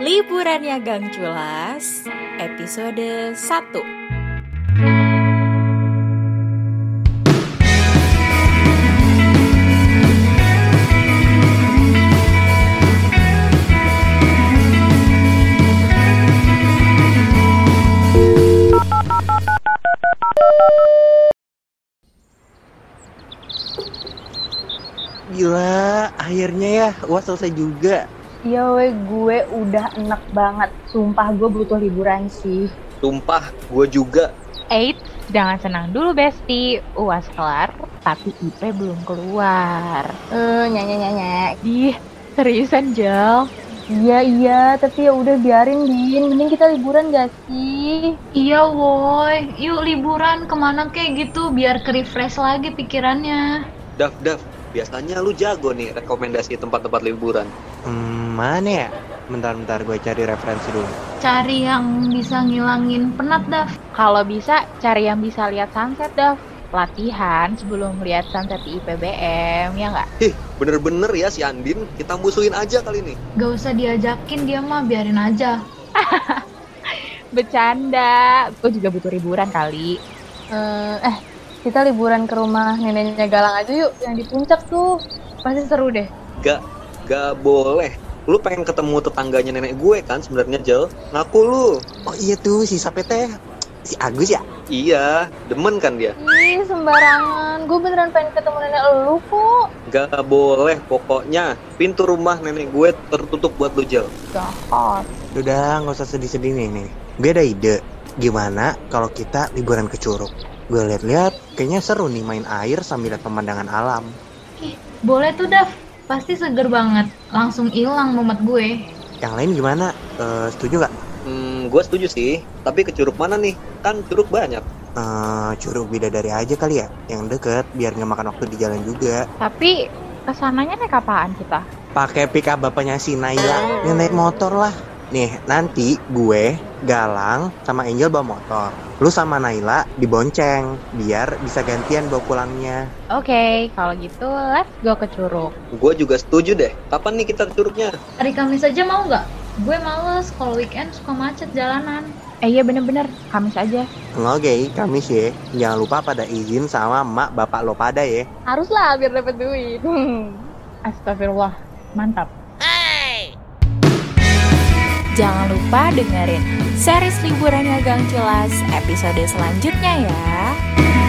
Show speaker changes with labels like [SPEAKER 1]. [SPEAKER 1] Liburannya Gang Culas, episode 1.
[SPEAKER 2] Gila, akhirnya ya, wah selesai juga.
[SPEAKER 3] Iya we, gue udah enak banget. Sumpah gue butuh liburan sih.
[SPEAKER 2] Tumpah, gue juga.
[SPEAKER 4] Eits, jangan senang dulu Besti. UAS kelar, tapi IP belum keluar.
[SPEAKER 3] Eh, nyanyi nyanyi.
[SPEAKER 4] Dih, seriusan Jel?
[SPEAKER 3] Iya iya, tapi ya udah biarin din. Mending kita liburan gak sih?
[SPEAKER 5] Iya woi, yuk liburan kemana kayak gitu biar ke refresh lagi pikirannya.
[SPEAKER 6] Daf, Daf, biasanya lu jago nih rekomendasi tempat-tempat liburan.
[SPEAKER 2] Hmm, mana ya? Bentar-bentar gue cari referensi dulu.
[SPEAKER 5] Cari yang bisa ngilangin penat Daf.
[SPEAKER 4] Kalau bisa, cari yang bisa lihat sunset, Dav. Latihan sebelum lihat sunset di IPBM, ya nggak?
[SPEAKER 6] Hih, bener-bener ya si Andin, kita musuhin aja kali ini.
[SPEAKER 5] Gak usah diajakin dia mah biarin aja.
[SPEAKER 4] Bercanda, gue juga butuh liburan kali.
[SPEAKER 3] Eh, eh, kita liburan ke rumah neneknya Galang aja yuk. Yang di puncak tuh pasti seru deh.
[SPEAKER 6] Gak, gak boleh. Lu pengen ketemu tetangganya nenek gue kan sebenarnya Jel? Ngaku lu.
[SPEAKER 2] Oh iya tuh, si sapetnya si Agus ya?
[SPEAKER 6] Iya, demen kan dia?
[SPEAKER 3] Ih sembarangan, gue beneran pengen ketemu nenek lu kok.
[SPEAKER 6] Gak boleh pokoknya. Pintu rumah nenek gue tertutup buat lu Jel.
[SPEAKER 4] Jahat.
[SPEAKER 2] Udah, nggak usah sedih-sedih nih nih. Gue ada ide. Gimana kalau kita liburan ke Curug? Gue lihat-lihat, kayaknya seru nih main air sambil lihat pemandangan alam.
[SPEAKER 5] Boleh tuh Daf, pasti seger banget. Langsung hilang mumet gue.
[SPEAKER 2] Yang lain gimana? Eh, setuju nggak?
[SPEAKER 6] Hmm, gue setuju sih. Tapi ke curug mana nih? Kan curug banyak.
[SPEAKER 2] Eh, Curug Bidadari aja kali ya, yang deket biar nggak makan waktu di jalan juga.
[SPEAKER 4] Tapi, kesananya naik apaan kita?
[SPEAKER 2] pakai pick up bapaknya si Naya yang naik motor lah nih nanti gue Galang sama Angel bawa motor lu sama Naila dibonceng biar bisa gantian bawa pulangnya
[SPEAKER 4] Oke, kalau gitu let's go ke Curug.
[SPEAKER 6] Gue juga setuju deh. Kapan nih kita ke curugnya?
[SPEAKER 5] Hari Kamis aja mau nggak? Gue males kalau weekend suka macet jalanan.
[SPEAKER 4] Eh iya bener-bener, Kamis aja.
[SPEAKER 2] Oke, Kamis ya. Jangan lupa pada izin sama mak bapak lo pada ya.
[SPEAKER 3] Haruslah biar dapet duit.
[SPEAKER 4] Astagfirullah, mantap.
[SPEAKER 1] Jangan lupa dengerin series Liburannya Gang Culas episode selanjutnya ya.